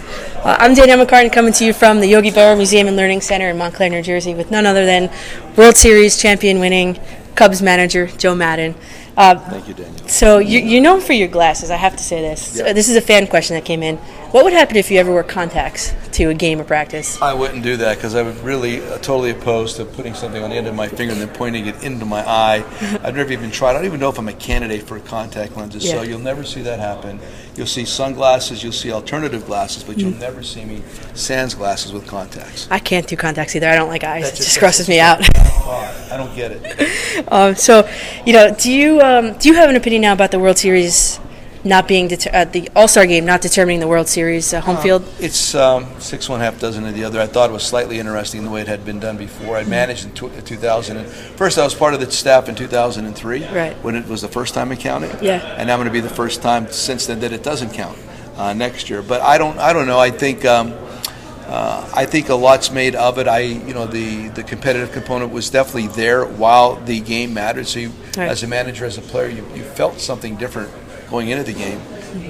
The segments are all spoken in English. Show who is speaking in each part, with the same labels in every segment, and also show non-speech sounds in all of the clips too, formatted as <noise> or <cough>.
Speaker 1: Uh, I'm Dan McCartan coming to you from the Yogi Berra Museum and Learning Center in Montclair, New Jersey, with none other than World Series champion winning Cubs manager Joe Madden. Uh,
Speaker 2: Thank you, Daniel.
Speaker 1: so you, you're known for your glasses. I have to say this.
Speaker 2: Yeah.
Speaker 1: This is a fan question that came in. What would happen if you ever wore contacts to a game or practice?
Speaker 2: I wouldn't do that because I would really uh, totally opposed to putting something on the end of my finger and then pointing it into my
Speaker 1: <laughs>
Speaker 2: eye. I've never even tried. I don't even know if I'm a candidate for contact lenses. So
Speaker 1: Yeah.
Speaker 2: you'll never see that happen. You'll see sunglasses. You'll see alternative glasses, but
Speaker 1: Mm.
Speaker 2: you'll never see me sans glasses with contacts.
Speaker 1: I can't do contacts either. I don't like eyes.
Speaker 2: That
Speaker 1: It
Speaker 2: just-
Speaker 1: just grosses me out.
Speaker 2: Oh, I don't get it.
Speaker 1: <laughs> Um, so, you know, do you um, do you have an opinion now about the World Series not being deter- uh, the All Star Game not determining the World Series uh, home field?
Speaker 2: It's um, six one half dozen of the other. I thought it was slightly interesting the way it had been done before. I managed in tw- 2000. And first, I was part of the staff in 2003
Speaker 1: Right.
Speaker 2: when it was the first time it counted.
Speaker 1: Yeah.
Speaker 2: And I'm going to be the first time since then that it doesn't count uh, next year. But I don't. I don't know. I think. Um, uh, I think a lot's made of it. I, you know, the, the competitive component was definitely there while the game mattered. So, you,
Speaker 1: Right.
Speaker 2: as a manager, as a player, you, you felt something different going into the game.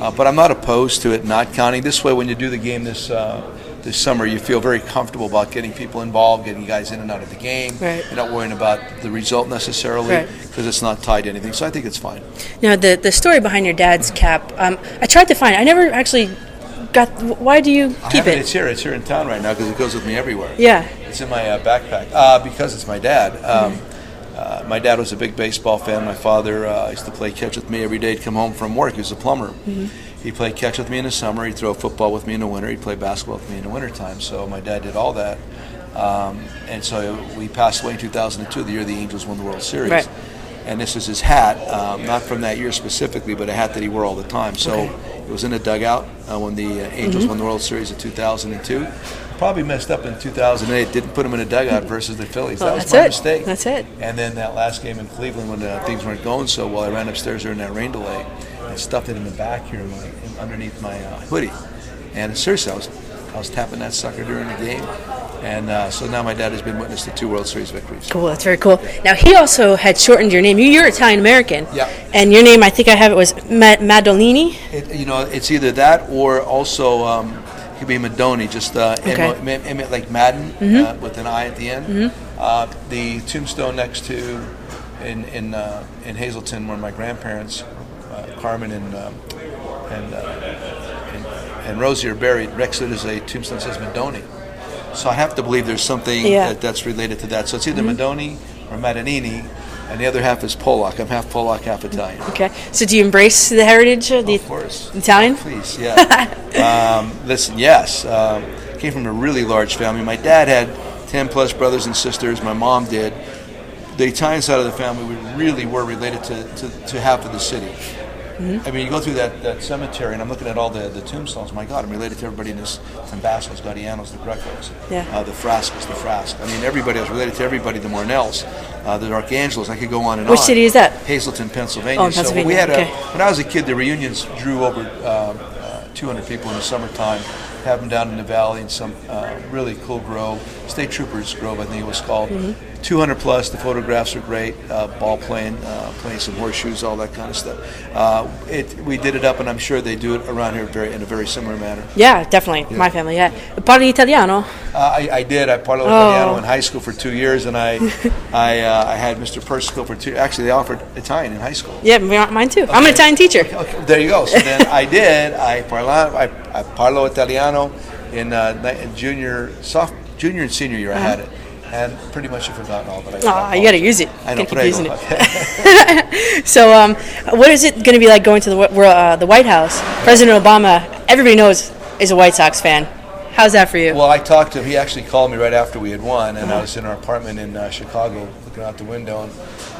Speaker 2: Uh, but I'm not opposed to it not counting. This way, when you do the game this uh, this summer, you feel very comfortable about getting people involved, getting guys in and out of the game.
Speaker 1: Right.
Speaker 2: You're not worrying about the result necessarily
Speaker 1: Right.
Speaker 2: because it's not tied to anything. So I think it's fine.
Speaker 1: Now, the the story behind your dad's cap, um, I tried to find. I never actually got. Why do you
Speaker 2: I
Speaker 1: keep
Speaker 2: have
Speaker 1: it?
Speaker 2: it. It's here. It's here in town right now because it goes with me everywhere.
Speaker 1: Yeah.
Speaker 2: It's in my uh, backpack uh, because it's my dad. Um,
Speaker 1: Mm-hmm.
Speaker 2: uh, my dad was a big baseball fan. My father uh, used to play catch with me every day. He'd come home from work. He was a plumber. He played catch with me in the summer. He'd throw football with me in the winter. He'd play basketball with me in the wintertime. So my dad did all that. Um, and so we passed away in 2002, the year the Angels won the World Series.
Speaker 1: Right.
Speaker 2: And this is his hat, um, not from that year specifically, but a hat that he wore all the time. So it was in the dugout uh, when the uh, Angels won the World Series in 2002. Probably messed up in 2008. Didn't put him in a dugout versus the Phillies.
Speaker 1: Well,
Speaker 2: that was
Speaker 1: that's
Speaker 2: my
Speaker 1: it.
Speaker 2: mistake.
Speaker 1: That's it.
Speaker 2: And then that last game in Cleveland, when uh, things weren't going so well, I ran upstairs during that rain delay and stuffed it in the back here, in my, in- underneath my uh, hoodie. And seriously, I was I was tapping that sucker during the game, and uh, so now my dad has been witness to two World Series victories.
Speaker 1: Cool, that's very cool. Now he also had shortened your name. You, you're Italian American.
Speaker 2: Yeah.
Speaker 1: And your name, I think I have it was Ma- Madolini.
Speaker 2: It, you know, it's either that or also um, it could be Madoni, just uh, M-
Speaker 1: Okay. Mm-hmm.
Speaker 2: M- M- M- like Madden uh, with an I at the end. Uh, the tombstone next to in in uh, in Hazleton, where my grandparents, uh, Carmen and um, and, uh, and and Rosie are buried. Next to it is a tombstone that says Madoni. So I have to believe there's something
Speaker 1: Yeah. Mm-hmm.
Speaker 2: that, that's related to that. So it's either Madoni or Madanini, and the other half is Polak. I'm half Polak, half Italian.
Speaker 1: Okay. So do you embrace the heritage? Of the
Speaker 2: Of course.
Speaker 1: Italian?
Speaker 2: Please,
Speaker 1: <laughs>
Speaker 2: yeah. um, listen, yes. Um, came from a really large family. My dad had 10 plus brothers and sisters. My mom did. The Italian side of the family, we really were related to, to, to half of the city.
Speaker 1: Mm-hmm.
Speaker 2: I mean, you go through that, that cemetery, and I'm looking at all the, the tombstones. My God, I'm related to everybody in this Tambascos, Gaudianos, the Grecos,
Speaker 1: Yeah.
Speaker 2: uh, the Frascos, the Frasc. I mean, everybody. I was related to everybody, the Mornells, uh, the Archangelos. I could go on and
Speaker 1: Which
Speaker 2: on.
Speaker 1: city is that?
Speaker 2: Hazleton, Pennsylvania.
Speaker 1: Oh, in
Speaker 2: So we
Speaker 1: Pennsylvania,
Speaker 2: had a,
Speaker 1: okay.
Speaker 2: when I was a kid, the reunions drew over um, uh, 200 people in the summertime. Have them down in the valley in some uh, really cool grove, State Troopers Grove, I think it was called.
Speaker 1: Mm-hmm.
Speaker 2: 200 plus. The photographs are great. Uh, ball playing, uh, playing some horseshoes, all that kind of stuff. Uh, it, we did it up, and I'm sure they do it around here very in a very similar manner.
Speaker 1: Yeah, definitely. My family. Yeah. Parli Italiano.
Speaker 2: Uh, I, I did. I parlo
Speaker 1: Oh.
Speaker 2: italiano in high school for two years,
Speaker 1: <laughs>
Speaker 2: and I, I, uh, I had Mr. Persico for two. Actually, they offered Italian in high school.
Speaker 1: Yeah, mi- mine too. I'm an Italian teacher.
Speaker 2: Okay, there you go. So then I did. I parla, I, I parlo Italiano in, uh, ni- in junior, soft, junior and senior year. I had it, and pretty much I've forgotten all. But I.
Speaker 1: Ah, Uh-huh. you gotta use it.
Speaker 2: I
Speaker 1: Gotta
Speaker 2: know. but
Speaker 1: keep
Speaker 2: I
Speaker 1: using
Speaker 2: don't-
Speaker 1: it.
Speaker 2: <laughs> okay.
Speaker 1: So, um, what is it going to be like going to the Wh- wor- uh, the White House? President Obama, everybody knows, is a White Sox fan. How's that for you?
Speaker 2: Well, I talked to him. He actually called me right after we had won, and I was in our apartment in uh, Chicago, looking out the window, and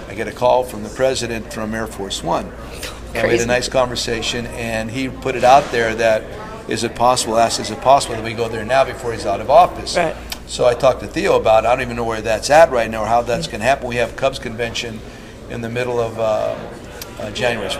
Speaker 2: I get a call from the president from Air Force One, and we had
Speaker 1: Crazy.
Speaker 2: a nice conversation. And he put it out there that is it possible? Asked, is it possible that we go there now before he's out of office?
Speaker 1: Right.
Speaker 2: So I talked to Theo about. it. I don't even know where that's at right now or how
Speaker 1: Mm-hmm.
Speaker 2: that's going to happen. We have Cubs convention in the middle of. Uh, uh, January.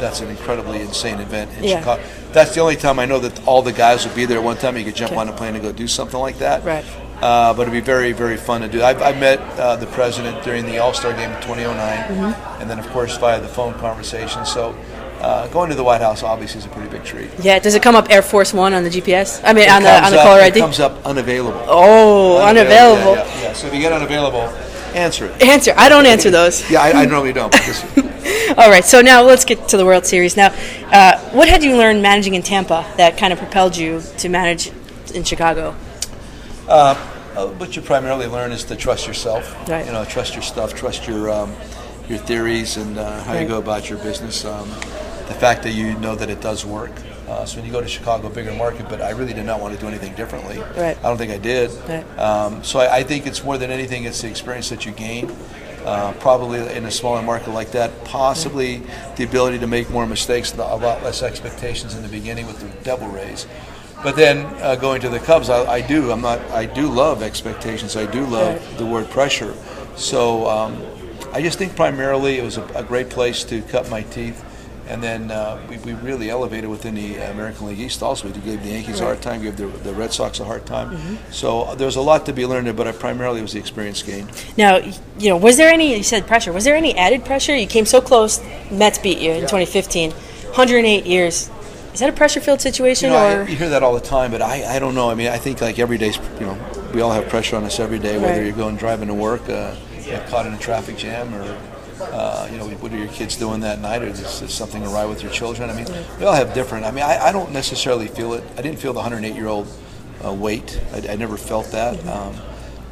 Speaker 2: That's an incredibly insane event in
Speaker 1: Yeah.
Speaker 2: Chicago. That's the only time I know that all the guys will be there at one time. You could jump on a plane and go do something like that.
Speaker 1: Right.
Speaker 2: Uh, but it'd be very, very fun to do. I've, I met uh, the oh
Speaker 1: Mm-hmm.
Speaker 2: president during the All Star game in 2009, and then, of course, via the phone conversation. So uh, going to the White House obviously is a pretty big treat.
Speaker 1: Yeah, does it come up Air Force One on the GPS? I mean, on
Speaker 2: It
Speaker 1: the
Speaker 2: comes
Speaker 1: on the
Speaker 2: up-
Speaker 1: caller
Speaker 2: It
Speaker 1: ID.
Speaker 2: comes up unavailable.
Speaker 1: oh, unavailable.
Speaker 2: Yeah, yeah, yeah. So if you get unavailable, answer it.
Speaker 1: Answer. I don't answer those. <laughs>
Speaker 2: Yeah, I, I normally don't. but this-
Speaker 1: All right, so now let's get to the World Series. Now, uh, what had you learned managing in Tampa that kind of propelled you to manage in Chicago?
Speaker 2: Uh, what you primarily learn is to trust yourself.
Speaker 1: Right.
Speaker 2: You know, trust your stuff, trust your um, your theories and uh, how you
Speaker 1: Right.
Speaker 2: go about your business. Um, the fact that you know that it does work. Uh, so when you go to Chicago, bigger market, but I really did not want to do anything differently.
Speaker 1: Right.
Speaker 2: I don't think I did.
Speaker 1: Right.
Speaker 2: Um, so I, I think it's more than anything, it's the experience that you gain. Uh, probably in a smaller market like that, possibly the ability to make more mistakes, and a lot less expectations in the beginning with the devil rays. But then uh, going to the Cubs, I, I do. I'm not. I do love expectations. I do love
Speaker 1: Right.
Speaker 2: the word pressure. So um, I just think primarily it was a, a great place to cut my teeth. And then uh, we, we really elevated within the American League East also. We gave the Yankees a hard time, gave the, the Red Sox a hard time. So uh, there's a lot to be learned there, but I primarily it was the experience gained.
Speaker 1: Now, y- you know, was there any, you said pressure, was there any added pressure? You came so close, Mets beat you in 2015, 108 years. Is that a pressure filled situation?
Speaker 2: You know,
Speaker 1: or
Speaker 2: I, you hear that all the time, but I, I don't know. I mean, I think like every day's, you know, we all have pressure on us every day, whether
Speaker 1: Right.
Speaker 2: you're going driving to work, uh, you know, caught in a traffic jam, or, uh, you know, what are your kids doing that night, or is, is something awry with your children? I mean, we all have different. I mean, I, I don't necessarily feel it. I didn't feel the 108 year old uh, weight, I, I never felt that.
Speaker 1: Mm-hmm.
Speaker 2: Um,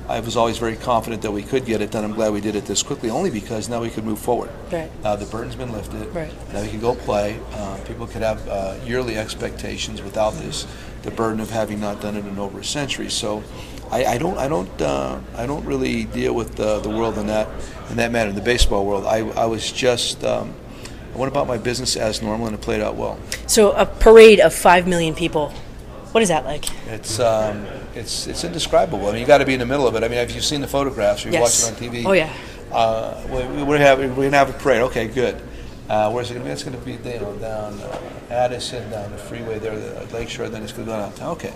Speaker 2: I was always very confident that we could get it done. I'm glad we did it this quickly, only because now we could move forward.
Speaker 1: Right.
Speaker 2: Uh, the burden's been lifted.
Speaker 1: Right.
Speaker 2: Now you can go play. Uh, people could have uh, yearly expectations without this, the burden of having not done it in over a century. So, I, I don't, I don't, uh, I don't really deal with the, the world in that in that matter. In the baseball world, I, I was just um, I went about my business as normal and it played out well.
Speaker 1: so a parade of 5 million people. What is that like?
Speaker 2: It's um, it's it's indescribable. I mean, you got to be in the middle of it. I mean, if you've seen the photographs, you
Speaker 1: Yes.
Speaker 2: watch it on TV.
Speaker 1: Oh, yeah.
Speaker 2: Uh, we- we're having we're gonna have a parade. Okay, good. Uh, where's it gonna be? It's gonna be you know, down uh, Addison, down the freeway there, the Lakeshore. Then it's gonna go downtown. Okay,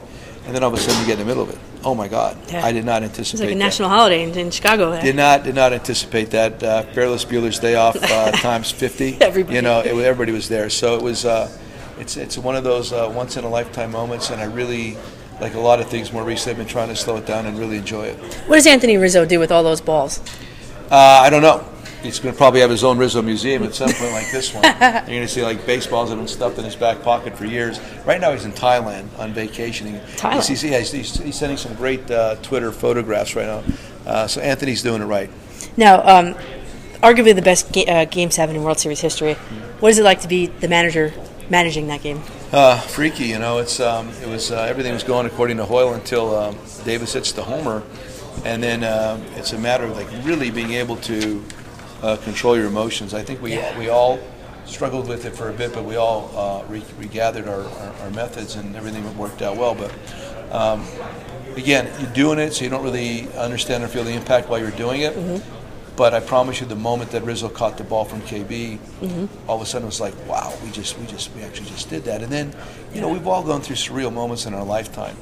Speaker 2: and then all of a sudden you get in the middle of it. Oh my God!
Speaker 1: Yeah.
Speaker 2: I did not
Speaker 1: It's
Speaker 2: anticipate.
Speaker 1: like a
Speaker 2: that.
Speaker 1: national holiday in, in Chicago. there.
Speaker 2: Did not did not anticipate that. Uh, Fearless Bueller's Day Off
Speaker 1: <laughs>
Speaker 2: uh, times fifty.
Speaker 1: Everybody.
Speaker 2: You know, it, was- everybody was there. So it was. Uh, it's it's one of those uh, once in a lifetime moments, and I really like a lot of things more recently. I've been trying to slow it down and really enjoy it.
Speaker 1: What does Anthony Rizzo do with all those balls?
Speaker 2: Uh, I don't know. He's going to probably have his own Rizzo museum at some point, like this
Speaker 1: <laughs>
Speaker 2: one. You're going to see like baseballs that have been stuffed in his back pocket for years. Right now, he's in Thailand on vacation. He-
Speaker 1: Thailand?
Speaker 2: He's, he's, yeah, he's, he's, he's sending some great uh, Twitter photographs right now. Uh, so Anthony's doing it right.
Speaker 1: Now, um, arguably the best ga- uh, Game 7 in World Series history. What is it like to be the manager managing that game?
Speaker 2: Uh, freaky, you know. It's um, it was uh, everything was going according to Hoyle until um, Davis hits the homer, and then um it's a matter of like really being able to uh, control your emotions. I think we we all struggled with it for a bit, but we all uh, re- regathered our, our, our methods and everything worked out well. But again, you're doing it, so you don't really understand or feel the impact while you're doing it. But I promise you, the moment that Rizzo caught the ball from KB, all of a sudden it was like, wow, we just, we just, we actually just did that. And then, you know, we've all gone through surreal moments in our lifetime.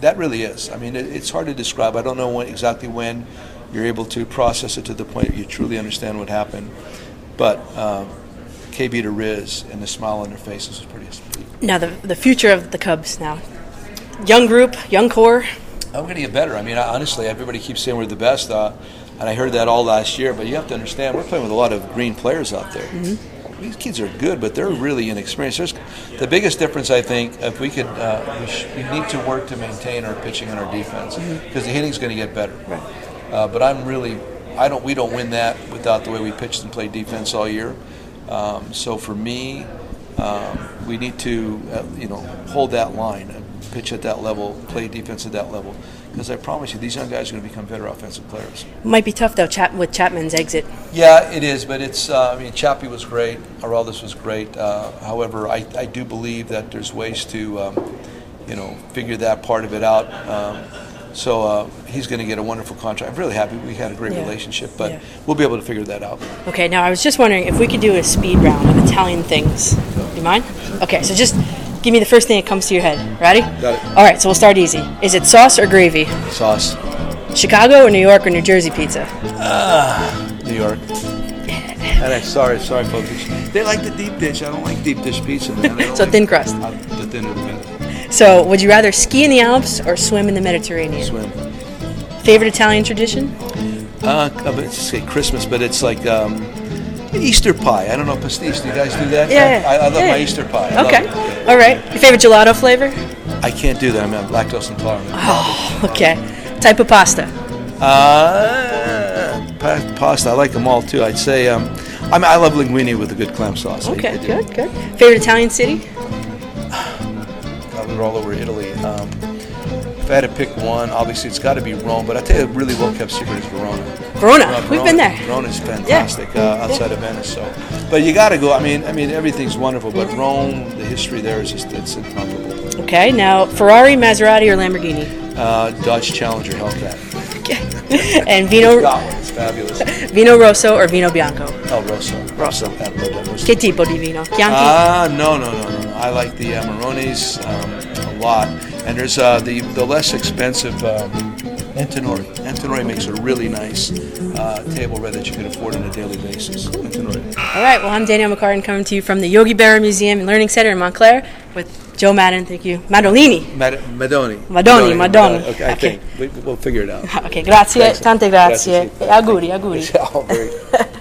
Speaker 2: That really is. I mean, it, it's hard to describe. I don't know when, exactly when you're able to process it to the point that you truly understand what happened. But um, KB to Riz and the smile on their faces was pretty. pretty
Speaker 1: Now, the, the future of the Cubs now. Young group, young core.
Speaker 2: I'm going to get better. I mean, I- honestly, everybody keeps saying we're the best, uh, and I heard that all last year. But you have to understand, we're playing with a lot of green players out there. These kids are good, but they're really inexperienced. There's, the biggest difference, I think, if we could, uh, we, sh- we need to work to maintain our pitching and our defense because the hitting's going to get better. Right. Uh, but I'm really, I don't. We don't win that without the way we pitched and played defense all year. Um, so for me, um, we need to, uh, you know, hold that line, uh, pitch at that level, play defense at that level, because I promise you, these young guys are going to become better offensive players.
Speaker 1: Might be tough though, Chap- with Chapman's exit.
Speaker 2: Yeah, it is, but it's. Uh, I mean, Chappie was great. Araldis was great. Uh, however, I, I do believe that there's ways to, um, you know, figure that part of it out. Um, so uh, he's going to get a wonderful contract. I'm really happy we had a great
Speaker 1: Yeah.
Speaker 2: relationship, but
Speaker 1: Yeah.
Speaker 2: we'll be able to figure that out.
Speaker 1: Okay, now I was just wondering if we could do a speed round of Italian things. You mind? Okay, so just give me the first thing that comes to your head. Ready?
Speaker 2: Got it.
Speaker 1: All right, so we'll start easy. Is it sauce or gravy?
Speaker 2: Sauce,
Speaker 1: Chicago or New York or New Jersey pizza?
Speaker 2: New York, And I sorry, sorry, folks. They like the deep dish. I don't like deep dish pizza. Man. I don't
Speaker 1: So
Speaker 2: like-
Speaker 1: thin crust.
Speaker 2: Uh, the thin crust.
Speaker 1: So, would you rather ski in the Alps or swim in the Mediterranean?
Speaker 2: Swim.
Speaker 1: Favorite Italian tradition?
Speaker 2: Uh, uh, but it's like Christmas, but it's like um, Easter pie. I don't know pastiche. Do you guys do that?
Speaker 1: Yeah, yeah,
Speaker 2: I, I love
Speaker 1: yeah.
Speaker 2: my Easter pie. I love
Speaker 1: Okay.
Speaker 2: it.
Speaker 1: All right. Your favorite gelato flavor? Oh,
Speaker 2: I can't do that. I'm not lactose intolerant.
Speaker 1: Okay. Type of pasta?
Speaker 2: Uh, pa- pasta. I like them all too. I'd say um, I, mean, I love linguine with a good clam sauce. I- I
Speaker 1: Okay,
Speaker 2: do.
Speaker 1: good, good. Favorite Italian city?
Speaker 2: God, we were all over Italy. Um, if I had to pick one, obviously it's got to be Rome. But I tell you, a really well kept secret is Verona.
Speaker 1: Verona.
Speaker 2: Uh,
Speaker 1: We've been there.
Speaker 2: Verona's fantastic uh, outside of Venice. So, but you got to go. I mean, I mean everything's wonderful, but Rome, the history there is just it's incomparable.
Speaker 1: Okay, now Ferrari, Maserati, or
Speaker 2: <laughs>
Speaker 1: Lamborghini?
Speaker 2: Uh, Dodge Challenger Hellcat.
Speaker 1: and Vino,
Speaker 2: Got one. It's fabulous.
Speaker 1: Vino Rosso or Vino Bianco?
Speaker 2: El Rosso. Rosso. I love that Rosso.
Speaker 1: Che tipo di vino? Chianti?
Speaker 2: Ah, no, no, no, no, no. I like the uh, Maronis um, a lot. And there's uh, the, the less expensive um, Antinori. Antinori makes a really nice uh, table red that you can afford on a daily basis. Antinori.
Speaker 1: All right, well, I'm Danielle McCartan coming to you from the Yogi Berra Museum and Learning Center in Montclair with Joe Madden, thank you. Madolini.
Speaker 2: Mad- Madoni.
Speaker 1: Madoni, Madoni.
Speaker 2: Okay, I
Speaker 1: Okay.
Speaker 2: think. We, we'll figure it out.
Speaker 1: <laughs> Okay, grazie,
Speaker 2: Thanks.
Speaker 1: tante grazie.
Speaker 2: Grazie,
Speaker 1: E auguri, auguri.
Speaker 2: Oh, very-